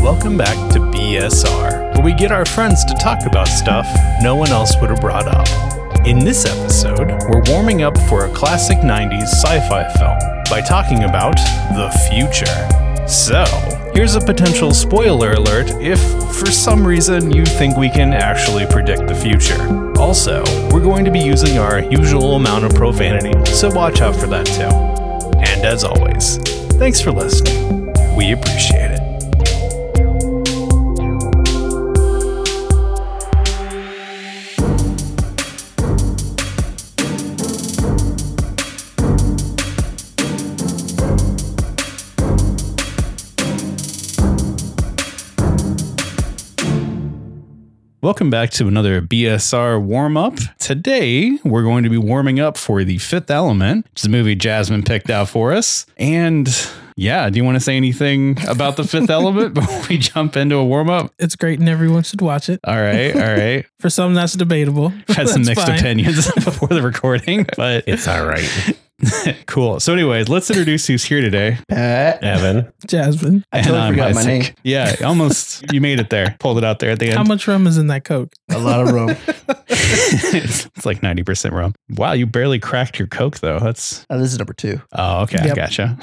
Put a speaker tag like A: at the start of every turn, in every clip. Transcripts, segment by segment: A: welcome back to BSR, where we get our friends to talk about stuff no one else would have brought up. In this episode, we're warming up for a classic 90s sci fi film by talking about the future. So, here's a potential spoiler alert if, for some reason, you think we can actually predict the future. Also, we're going to be using our usual amount of profanity, so watch out for that too. And as always, thanks for listening. We appreciate it. Welcome back to another BSR warm up. Today, we're going to be warming up for The Fifth Element, which is a movie Jasmine picked out for us. And yeah, do you want to say anything about The Fifth Element before we jump into a warm up?
B: It's great and everyone should watch it.
A: All right, all right.
B: For some, that's debatable.
A: Had some
B: That's
A: mixed
B: fine.
A: opinions before the recording, but
C: It's all right.
A: cool. So, anyways, let's introduce who's here today.
D: Pat.
C: Evan,
B: Jasmine,
D: I totally forgot my name.
A: Yeah, almost. You made it there. Pulled it out there at the end.
B: how much rum is in that Coke?
D: A lot of rum.
A: it's like 90% rum. Wow, you barely cracked your Coke, though. That's
D: Oh, this is number two.
A: Oh, okay. I
B: Yep.
A: Gotcha.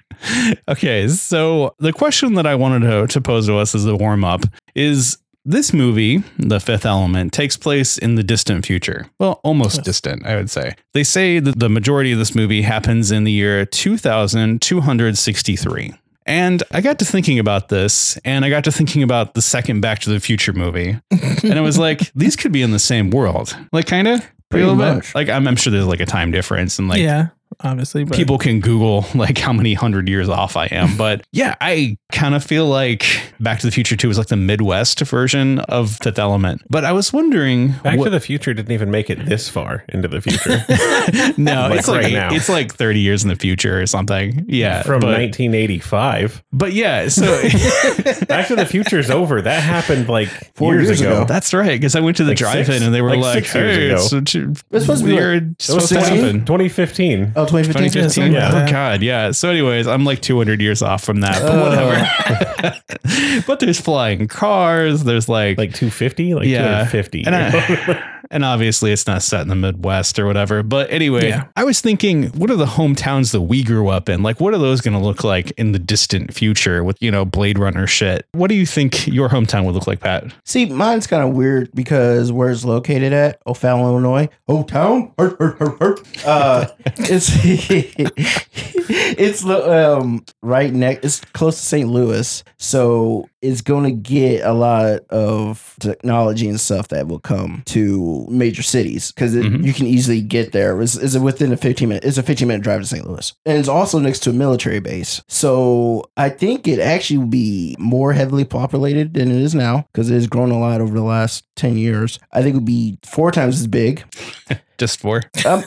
A: okay. So the question that I wanted to, to pose to us as a warm up is this movie, The Fifth Element, takes place in the distant future. Well, almost
B: Yes.
A: distant, I would say. They say that the majority of this movie happens in the year 2263. And I got to thinking about this, and I got to thinking about the second Back to the Future movie. and I was like, these could be in the same world. Like, kind of.
D: Pretty much.
A: Like, I'm, I'm sure there's like a time difference and like
B: yeah, obviously. But
A: people can google like how many hundred years off i am but yeah i kind of feel like back to the future 2 is like the midwest version of fifth element but i was wondering
C: Back
A: what-
C: to the Future didn't even make it this far into the future
A: no
C: like
A: it's like
C: right now.
A: it's like 30 years in the future or something yeah
C: from
A: but,
C: 1985.
A: but yeah so
C: Back to the Future's over. That happened like
D: Four
C: years,
D: years
C: ago.
D: ago.
A: that's right because i went to the
C: Like
A: drive-in
C: six-
A: and they were
C: like
A: like,
C: six years
A: hey,
C: ago.
A: it's such a
D: It's supposed to be like-
A: weird-
C: It was
A: supposed to
C: 16?
A: happen
C: 2015.
D: Oh, 2015.
A: 2015
B: Yeah,
A: yeah,
B: something like
A: oh
B: that.
A: god yeah so anyways i'm like 200 years off from that but
D: Oh.
A: whatever but there's flying cars there's Oh. like
C: Like 250, like
A: Yeah.
C: 250.
A: and, I, and obviously it's not set in the midwest or whatever but anyway
B: Yeah.
A: i was thinking what are the hometowns that we grew up in like what are those going to look like in the distant future with you know blade runner shit what do you think your hometown would look like pat
D: See, mine's kind of weird because where it's located at, O'Fallon, Illinois. O town. Hurt, hurt, hurt, hurt. Uh, it's it's lo- um, right next. It's close to St. Louis, so it's going to get a lot of technology and stuff that will come to major cities because
A: Mhm.
D: you can easily get there. Is it within a fifteen minute? It's a fifteen minute drive to St. Louis, and it's also next to a military base. So I think it actually will be more heavily populated than it is now because it has grown a lot over the last ten years. I think it would be four times as big.
A: just for
D: Um,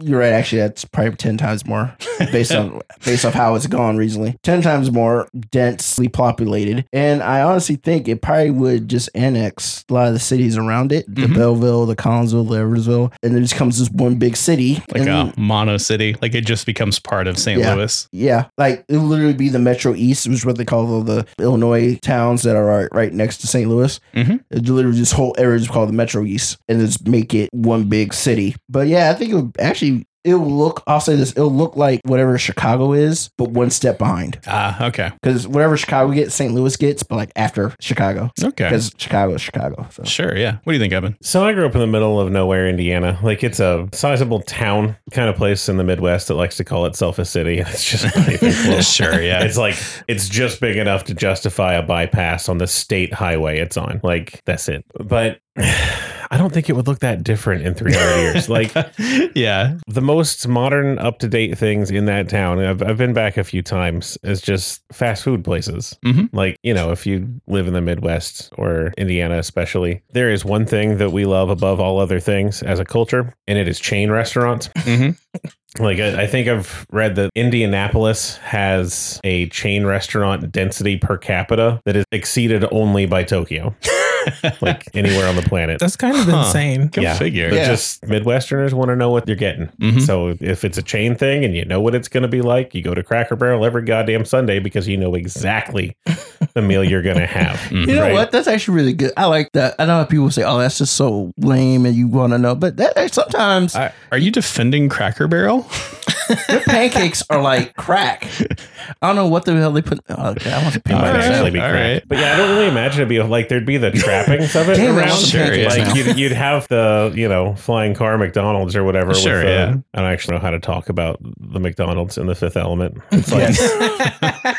D: you're right. Actually, that's probably ten times more based on based off how it's gone recently. Ten times more densely populated, and I honestly think it probably would just annex a lot of the cities around it: the
A: Mhm.
D: Belleville, the Collinsville, the Eversville, and it just comes this one big city.
A: like
D: and
A: a mono city like it just becomes part of st
D: Mm. Yeah.
A: louis
D: yeah, like it would literally be the Metro East, which is what they call all the Illinois towns that are right, right next to St. Louis.
A: Mhm.
D: It literally this whole area is called the Metro East, and just make it one big city. But yeah, I think it would actually it will look. I'll say this: it'll look like whatever Chicago is, but one step behind.
A: ah okay
D: Because whatever Chicago gets, St. Louis gets, but like after Chicago,
A: okay
D: because Chicago is Chicago. So.
A: sure yeah what do you think evan
C: So I grew up in the middle of nowhere, Indiana. Like it's a sizable town kind of place in the Midwest that likes to call itself a city. It's just not even close.
A: sure yeah
C: It's like it's just big enough to justify a bypass on the state highway it's on. Like that's it. But I don't think it would look that different in 300 years. Like
A: yeah
C: the most modern, up to date things in that town. and I've, I've been back a few times. Is just fast food places.
A: Mhm.
C: Like you know, if you live in the Midwest or Indiana, especially, there is one thing that we love above all other things as a culture, and it is chain restaurants.
A: Mhm.
C: Like I, I think I've read that Indianapolis has a chain restaurant density per capita that is exceeded only by Tokyo. like anywhere on the planet.
B: That's kind of
A: Huh.
B: insane.
A: Go
C: Yeah.
A: figure.
C: But
D: Yeah.
C: just Midwesterners want to know what they're getting.
A: Mhm.
C: So if it's a chain thing and you know what it's going to be like, you go to Cracker Barrel every goddamn Sunday because you know exactly the meal you're going to have.
A: Mhm.
D: You know
C: Right.
D: what? That's actually really good. I like that. I know people say, "Oh, that's just so lame," and you want to know, but that that- sometimes
A: I- are you defending Cracker Barrel?
D: their pancakes are like crack. I don't know what the hell they put. Oh, okay, I want to
C: It might
A: All right.
C: actually be
A: All
C: crap.
A: right.
C: But yeah, I don't really imagine it'd be like there'd be the trappings of it
D: Damn, I
C: around.
D: want the
A: Sure,
D: pancakes
A: yeah.
D: now.
C: Like you'd, you'd have the you know flying car McDonald's or whatever.
A: Sure,
C: with the,
A: yeah.
C: I don't actually know how to talk about the McDonald's in the Fifth Element. It's like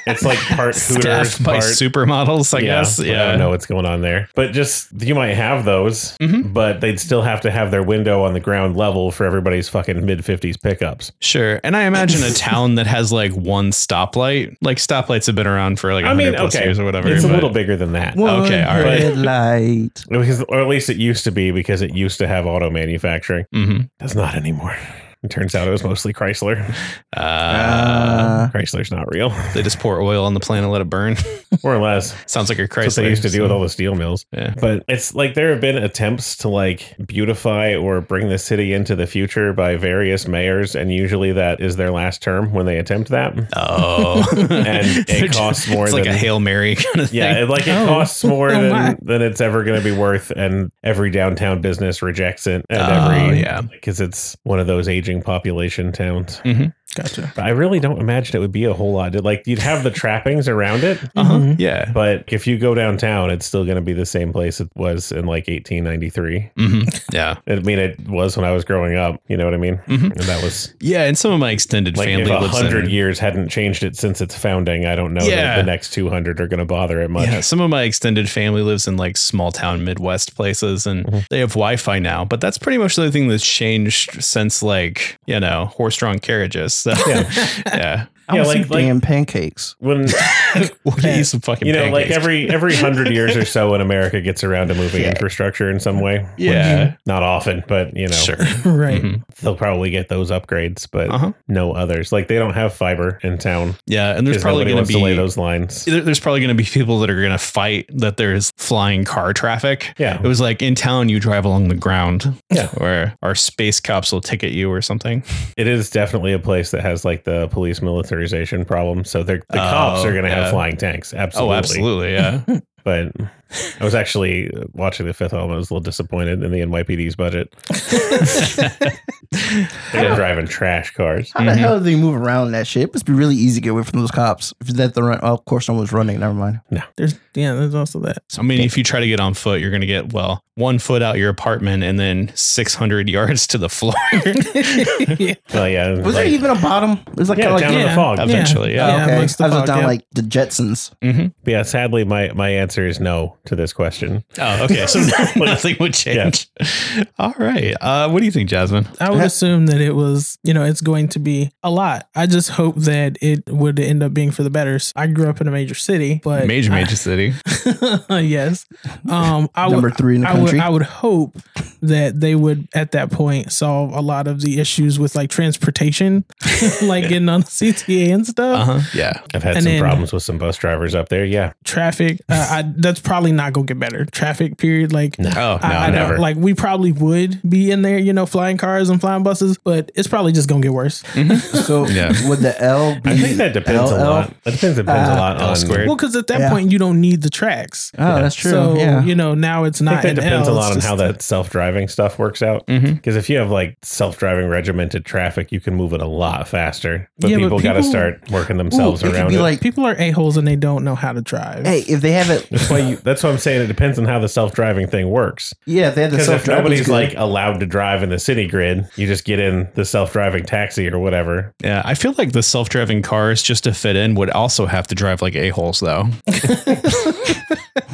C: it's like part Hooters,
A: Staffed by
C: part
A: supermodels, I guess. Yeah.
C: I don't know what's going on there. But just you might have those,
A: Mhm.
C: but they'd still have to have their window on the ground level for everybody's fucking mid fifties pickups.
A: Sure. And I imagine a town that has like one stoplight. Like stoplights have been around for like
C: I
A: 100
C: mean,
A: plus
C: okay,
A: years or whatever.
C: It's a
A: but-
C: little bigger than that.
A: Okay, all right.
D: Red light.
C: Because, or at least it used to be because it used to have auto manufacturing.
A: Mhm.
C: That's not anymore. It turns out it was mostly Chrysler.
A: Uh,
D: Uh,
C: Chrysler's not real,
A: they just pour oil on the plant and let it burn.
C: more or less.
A: Sounds like a Chrysler.
C: That's what they used to do
A: so-
C: with all the steel mills.
A: Yeah.
C: But it's like there have been attempts to like beautify or bring the city into the future by various mayors, and usually that is their last term when they attempt that.
A: Oh,
C: And it costs more
A: It's like
C: than-
A: a hail mary kind of thing.
C: Yeah, it, like it
B: Oh.
C: costs more
B: Oh,
C: than,
B: my.
C: than it's ever going to be worth, and every downtown business rejects it, and
A: Oh,
C: every
A: yeah.
C: because it's one of those aging population towns.
B: Gotcha.
C: But I really don't imagine it would be a whole lot. Like you'd have the trappings around it,
A: Uh-huh.
B: Mhm.
A: Yeah.
C: but if you go downtown, it's still going to be the same place it was in like 1893.
A: hmm Yeah.
C: I mean, it was when I was growing up. You know what I mean?
A: Mhm.
C: And that was
A: Yeah. And some of my extended
C: like
A: family
C: if a
A: lives in
C: hundred years hadn't changed it since its founding, I don't know
A: Yeah.
C: that the next two hundred are going to bother it much.
A: Yeah, some of my extended family lives in like small town Midwest places and
C: Mm-hmm.
A: they have Wi Fi now, but that's pretty much the only thing that's changed since like, you know, horse drawn carriages. So, yeah.
D: I
C: Yeah,
D: want
C: like-
D: some
C: like-
D: damn pancakes.
C: When
A: We're gonna eat some fucking
C: you know, like
A: pancakes.
C: every every hundred years or so, when America gets around to moving infrastructure in some way,
A: Yeah.
C: not often, but you know,
A: Sure.
B: Right.
A: Mhm.
C: they'll probably get those upgrades, but
A: Uh-huh.
C: no others. Like they don't have fiber in town.
A: Yeah. And there's
C: There's
A: probably
C: nobody
A: going
C: wants
A: to
C: to
A: be.
C: lay those lines.
A: there- there's probably going to be people that are going to fight that there's flying car traffic.
C: Yeah.
A: It was like in town, you drive along the ground.
C: Yeah.
A: Or our space cops will ticket you or something.
C: It is definitely a place that has like the police militarization problem. So they're, the
A: Oh,
C: cops are going to have
A: yeah.
C: flying tanks. Absolutely.
A: Oh, absolutely. Yeah.
C: But I was actually watching the fifth element. I was a little disappointed in the NYPD's budget. They were driving trash cars.
D: How the hell do they move around that shit? It must be really easy to get away from those cops. If that the run, oh, of course, someone's running. Never mind.
A: Mm-hmm.
B: There's yeah. There's also that.
A: I mean, if you try to get on foot, you're going to get, well, one foot out your apartment and then 600 yards to the floor
B: yeah.
C: Oh, yeah.
D: Was there
C: like-
D: even a bottom? It was like
C: Yeah,
D: kind of like
C: down in the
B: Yeah.
C: fog.
A: eventually. Yeah.
D: Oh,
B: Yeah,
D: okay. I was
B: amongst the fog,
D: down
B: yeah.
D: like the Jetsons.
A: hmm
C: But yeah, sadly, my, my answer is no to this question.
A: Oh, okay. So nothing would change. All right. Uh, what do you think, Jasmine?
B: I would assume that it was, you know, it's going to be a lot. I just hope that it would end up being for the better. I grew up in a major city, but
A: Major, major city.
B: yes. Um, I
D: Number
B: would,
D: three in the
B: I would,
D: country.
B: I would hope that they would at that point solve a lot of the issues with like transportation, like getting on the CTA and
C: Uh-huh.
B: stuff,
A: Uh huh. Yeah.
C: I've had
B: And
C: some
B: then-
C: problems with some bus drivers up there. Yeah.
B: traffic. Uh, I, that's probably not gonna get better. Traffic period. Like
A: Oh, no,
B: I, I don't-
A: never.
B: like we probably would be in there, you know, flying cars and flying buses, but it's probably just gonna get worse.
C: Mm-hmm.
D: So
A: Yeah.
D: would the L be?
C: I think that depends a
D: LL?
C: lot. That depends, depends a
D: Uh,
C: lot
A: L
C: on
A: squared.
B: Well, because at that
D: Yeah.
B: point you don't need the tracks.
D: Oh, that's true.
B: So
D: yeah.
B: you know now it's
C: I
B: not.
C: think that
B: an
C: depends
B: L,
C: a lot
B: it's
C: on how
B: just a-
C: that self driving stuff works out. Because
A: Mhm.
C: if you have like self driving regimented traffic, you can move it a lot faster. But
B: Yeah, but
C: people, got to
B: people-
C: start working
D: Ooh,
C: themselves
D: it could
C: around
D: be
C: it.
D: like,
B: people are a holes and they don't know how to drive.
D: hey, if they have it,
C: that's why you, that's what I'm saying. It depends on how the self driving thing works.
D: yeah, if they have the
C: Because if
D: self-driving.
C: nobody's
D: good.
C: like allowed to drive in the city grid, you just get in the self driving taxi or whatever.
A: yeah. I feel like the self driving cars, just to fit in, would also have to drive like a-holes, though.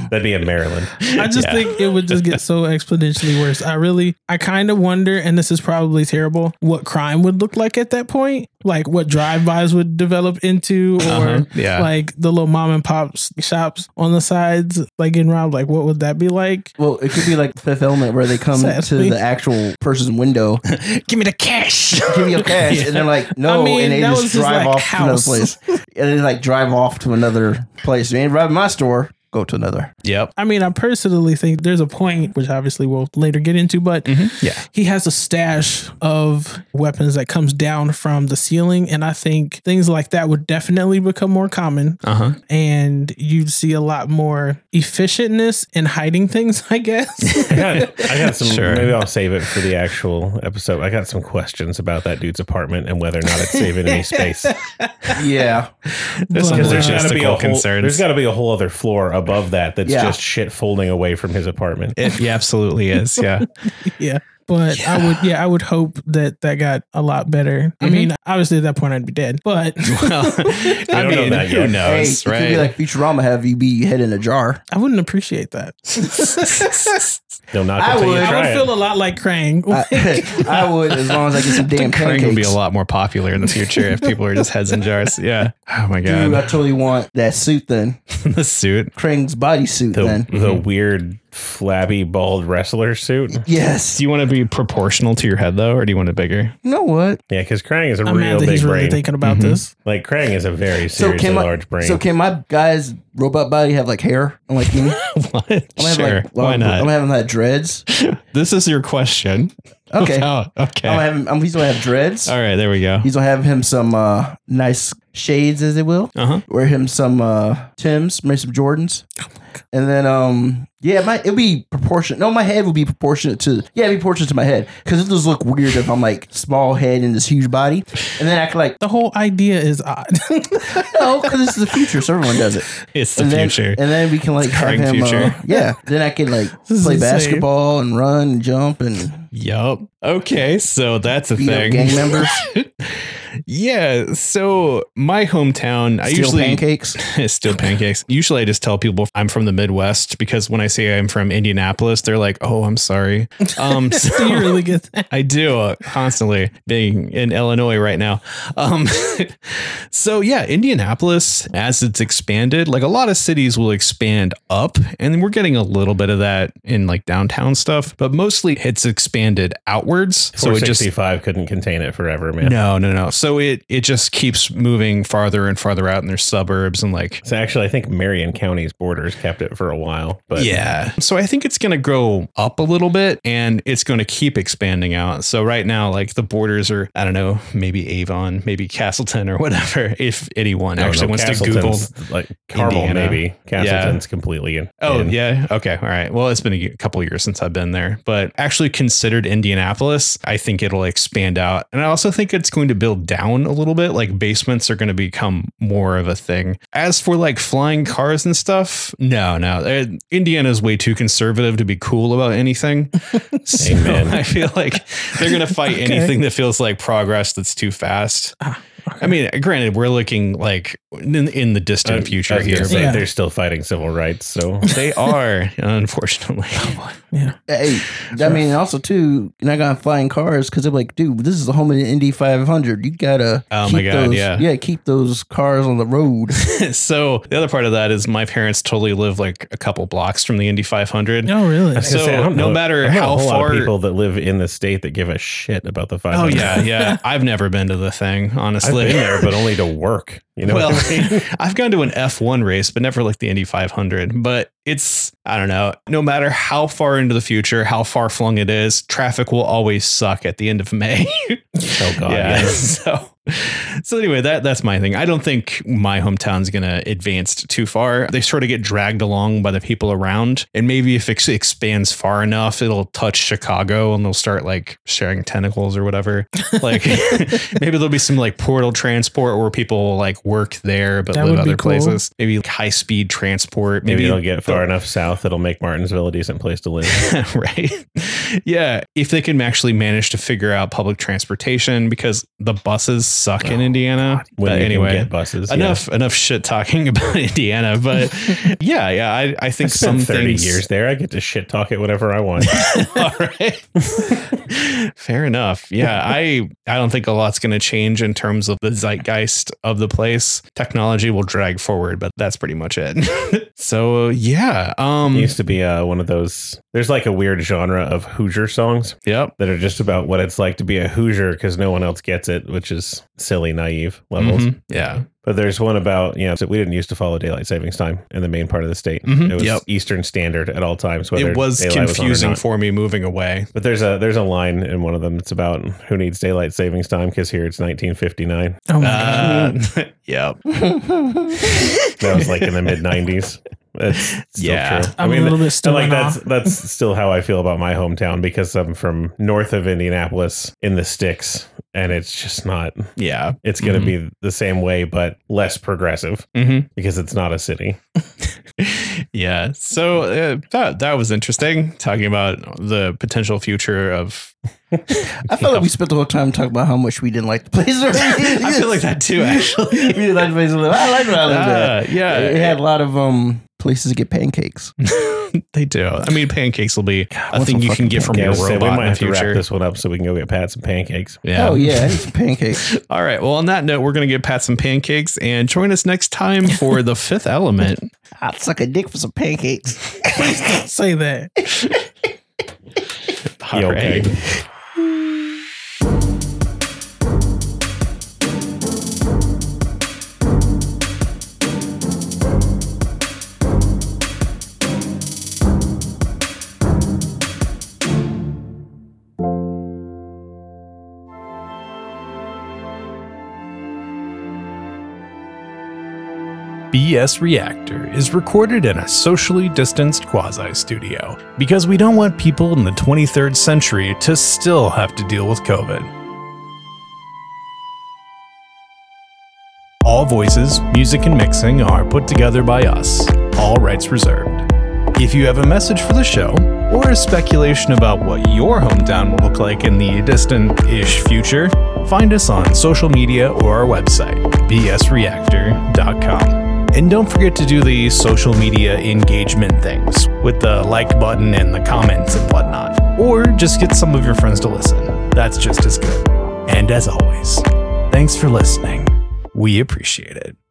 C: That'd be in Maryland.
B: I just
A: Yeah.
B: think it would just get so exponentially worse. I really, I kind of wonder, and this is probably terrible, what crime would look like at that point, like what drive-bys would develop into, or
A: Uh-huh. Yeah.
B: like the little mom and pops shops on the sides, like in round, like what would that be like?
D: Well, it could be like Fifth Element, where they come
B: Sadly.
D: to the actual person's window,
A: Give me the cash.
D: give me your cash, and they're like, no,
B: I mean,
D: and they
B: that
D: just
B: was just
D: drive
B: like
D: off to another
B: house.
D: place, and they like drive off to another place. You ain't robbing my store. go to another.
A: Yep.
B: I mean, I personally think there's a point, which obviously we'll later get into, but
A: Mhm. Yeah.
B: he has a stash of weapons that comes down from the ceiling. And I think things like that would definitely become more common.
A: Uh huh.
B: And you'd see a lot more efficientness in hiding things, I guess.
C: I got, I got some.
A: Sure.
C: Maybe I'll save it for the actual episode. I got some questions about that dude's apartment and whether or not it's saving any space.
D: Yeah.
A: There's some
B: But,
C: Because there's
B: uh,
C: got to be a
A: logistical
C: whole,
A: concerns.
C: There's got to be a whole other floor above that that's
D: Yeah.
C: just shit folding away from his apartment.
A: It yeah, absolutely is. Yeah.
B: yeah. But I would, yeah, I would hope that that got a lot better.
C: Mm-hmm.
B: I mean, obviously at that point I'd be dead, but
A: Well, I
C: don't know
A: mean,
C: that
A: who
C: yet.
D: Hey,
A: knows,
D: it could be
A: right?
D: like Futurama have you be head in a jar.
B: I wouldn't appreciate that.
C: They'll knock
D: I
C: until
D: would-
C: you
B: I
C: try
B: would
C: it.
B: feel a lot like Krang.
D: I, I would as long as I get some damn
A: Crane will be
D: pancakes.
A: a lot more popular in the future if people are just heads in jars. Yeah. Oh my
D: Dude, I
A: god.
D: totally want that suit then.
A: the suit.
D: Krang's bodysuit
C: the,
D: then.
C: the weird flabby bald wrestler suit.
D: Yes.
A: Do you want to be proportional to your head though, or do you want it bigger?
D: You know what?
C: Yeah, because Krang is a
B: I'm
C: real
B: mad that
C: big
B: he's really
C: brain. Mm-hmm.
B: thinking about
A: Mhm.
B: this.
C: like Krang is a very
D: So
C: seriously
D: can my-
C: large brain.
D: So can my guy's robot body have like hair? Like me?
A: what?
D: I'm gonna have,
A: Sure.
D: like,
A: Why
D: I'm,
A: not?
D: I'm having like dreads.
A: this is your question.
D: Okay. I'm
A: Wow. okay.
D: gonna have him, I'm, he's gonna have dreads.
A: Oh, All right. There we go.
D: He's gonna have him some uh, nice shades, as it will.
A: Uh huh.
D: Wear him some uh, Tims, maybe some Jordans,
A: Oh
D: and then um, yeah, my it'll be proportionate. No, my head will be proportionate to yeah, it'll be proportionate to my head because it does look weird if I'm like small head and this huge body, and then I can like
B: The whole idea is odd.
D: no, because this is the future, so everyone does it.
A: It's the
D: and then,
A: future.
D: and then we can like have
A: current
D: him.
A: future.
D: Uh, yeah, then I can like
B: This is
D: play
B: insane.
D: basketball and run and jump and
A: Yup. Okay, so that's a
D: beat up
A: thing.
D: gang members,
A: yeah. So my hometown, I
D: steal
A: usually
D: pancakes.
A: still pancakes. Usually I just tell people I'm from the Midwest because when I say I'm from Indianapolis, they're like, "Oh, I'm sorry." Um so-
B: Do you really get that?
A: I do uh, constantly being in Illinois right now. Um, so yeah, Indianapolis as it's expanded, like a lot of cities will expand up, and we're getting a little bit of that in like downtown stuff, but mostly it's expanded outwards. So it just
C: 465 couldn't contain it forever, man.
A: no, no, no. So it it just keeps moving farther and farther out in their suburbs and like
C: So actually, I think Marion County's borders kept it for a while, but
A: yeah. So I think it's going to grow up a little bit and it's going to keep expanding out. So right now, like the borders are, I don't know, maybe Avon, maybe Castleton or whatever, if anyone
C: I don't
A: actually
C: know,
A: wants to Google.
C: Castleton's, like Carmel,
A: Indiana.
C: maybe Castleton's completely in.
A: Oh,
C: in.
A: yeah. Okay. All right. Well, it's been a y- couple years since I've been there, but actually considered Indianapolis, I think it'll expand out. And I also think it's going to build down a little bit. Like basements are going to become more of a thing. As for like flying cars and stuff, no, no. Uh, Indiana's way too conservative to be cool about anything. so
C: Amen.
A: I feel like they're going to fight
B: Okay.
A: anything that feels like progress that's too fast. I mean, granted, we're looking like in, in the distant
C: I- I
A: future
C: was gonna
A: here.
C: say,
B: Yeah.
C: They're still fighting civil rights, so
A: They are, unfortunately.
C: Oh,
B: Yeah.
D: Hey, I mean, also too, you're not gonna fly in cars because they're like, dude, this is the home of the Indy 500. You gotta,
A: Oh my God,
D: those,
A: yeah.
D: keep those cars on the road.
A: so the other part of that is my parents totally live like a couple blocks from the Indy 500.
B: No, oh, really.
A: So, no matter
C: I know
A: how
C: a whole lot of
A: far-
C: people that live in the state that give a shit about the
A: Oh
C: 500.
A: yeah, yeah. I've never been to the thing,
C: I've
A: honestly.
C: been there, but only to work. You know,
A: well,
C: what I mean?
A: I've gone to an F1 race, but never like the Indy 500. But it's, I don't know, no matter how far into the future, how far flung it is, traffic will always suck at the end of May.
C: oh god,
A: yeah.
C: yeah.
A: So, so anyway, that that's my thing. I don't think my hometown's gonna advance too far. They sort of get dragged along by the people around, and maybe if it expands far enough, it'll touch Chicago, and they'll start like sharing tentacles or whatever. Like maybe there'll be some like portal transport where people like work there but
B: That
A: live
B: would be
A: other
B: cool.
A: places. Maybe like, high speed transport.
C: Maybe they'll get far enough south it'll make Martinsville a decent place to live.
A: right? Yeah, if they can actually manage to figure out public transportation because the buses suck in
C: Oh,
A: Indiana.
C: When
A: But
C: you anyway,
A: anyway,
C: get buses. yeah.
A: enough enough shit talking about Indiana, but yeah, yeah, I, I
C: I
A: think some
C: spent 30
A: things
C: years there. I get to shit talk it whatever I want.
A: All right. Fair enough. Yeah, I I don't think a lot's going to change in terms of the zeitgeist of the place. Technology will drag forward, but that's pretty much it. so, yeah. Um
C: It used to be uh, one of those. There's like a weird genre of Hoosier songs
A: yep.
C: that are just about what it's like to be a Hoosier because no one else gets it, which is silly, naive levels.
A: Mhm. Yeah.
C: But there's one about, you know, so we didn't used to follow daylight savings time in the main part of the state.
A: Mhm.
C: It was
A: Yep.
C: Eastern Standard at all times. whether
A: It was
C: daylight on or
A: confusing
C: not.
A: for me moving away.
C: But there's a there's a line in one of them. It's about who needs daylight savings time because here it's 1959.
B: Oh my
A: Uh, yep.
C: That was like in the mid 90s. That's still
A: Yeah.
C: true.
B: I'm a little bit
C: and
B: still
C: like
B: in
C: that's
B: awe.
C: that's still how I feel about my hometown because I'm from north of Indianapolis in the sticks, and it's just not.
A: Yeah.
C: It's going to
A: Mm-hmm.
C: be the same way, but less progressive
A: hmm
C: because it's not a city.
A: yeah. So uh, that that was interesting talking about the potential future of.
D: I feel like we spent the whole time talking about how much we didn't like the place.
A: I feel like that too. Actually.
D: we didn't like the place. I liked where I lived at.
A: Ah, yeah.
D: It had a lot of um places to get pancakes.
A: they do. I mean, pancakes will be a
D: want
A: thing
D: some
A: you can
D: fucking
A: get from
C: Yeah, I
A: your
C: was gonna say, we
A: robot
C: might
A: in the
C: have to wrap
A: future.
C: this one up so we can go get Pat some pancakes.
A: Yeah.
D: Oh yeah, I need some pancakes.
A: All right. Well, on that note, we're going to get Pat some pancakes and join us next time for The Fifth Element.
D: I'd suck a dick for some pancakes.
B: Don't say that.
A: All
C: You
A: right.
C: okay?
A: BS Reactor is recorded in a socially distanced quasi studio because we don't want people in the 23rd century to still have to deal with COVID. All voices, music, and mixing are put together by us, all rights reserved. If you have a message for the show, or a speculation about what your hometown will look like in the distant ish future, find us on social media or our website, bsreactor.com. And don't forget to do the social media engagement things with the like button and the comments and whatnot. Or just get some of your friends to listen. That's just as good. And as always, thanks for listening. We appreciate it.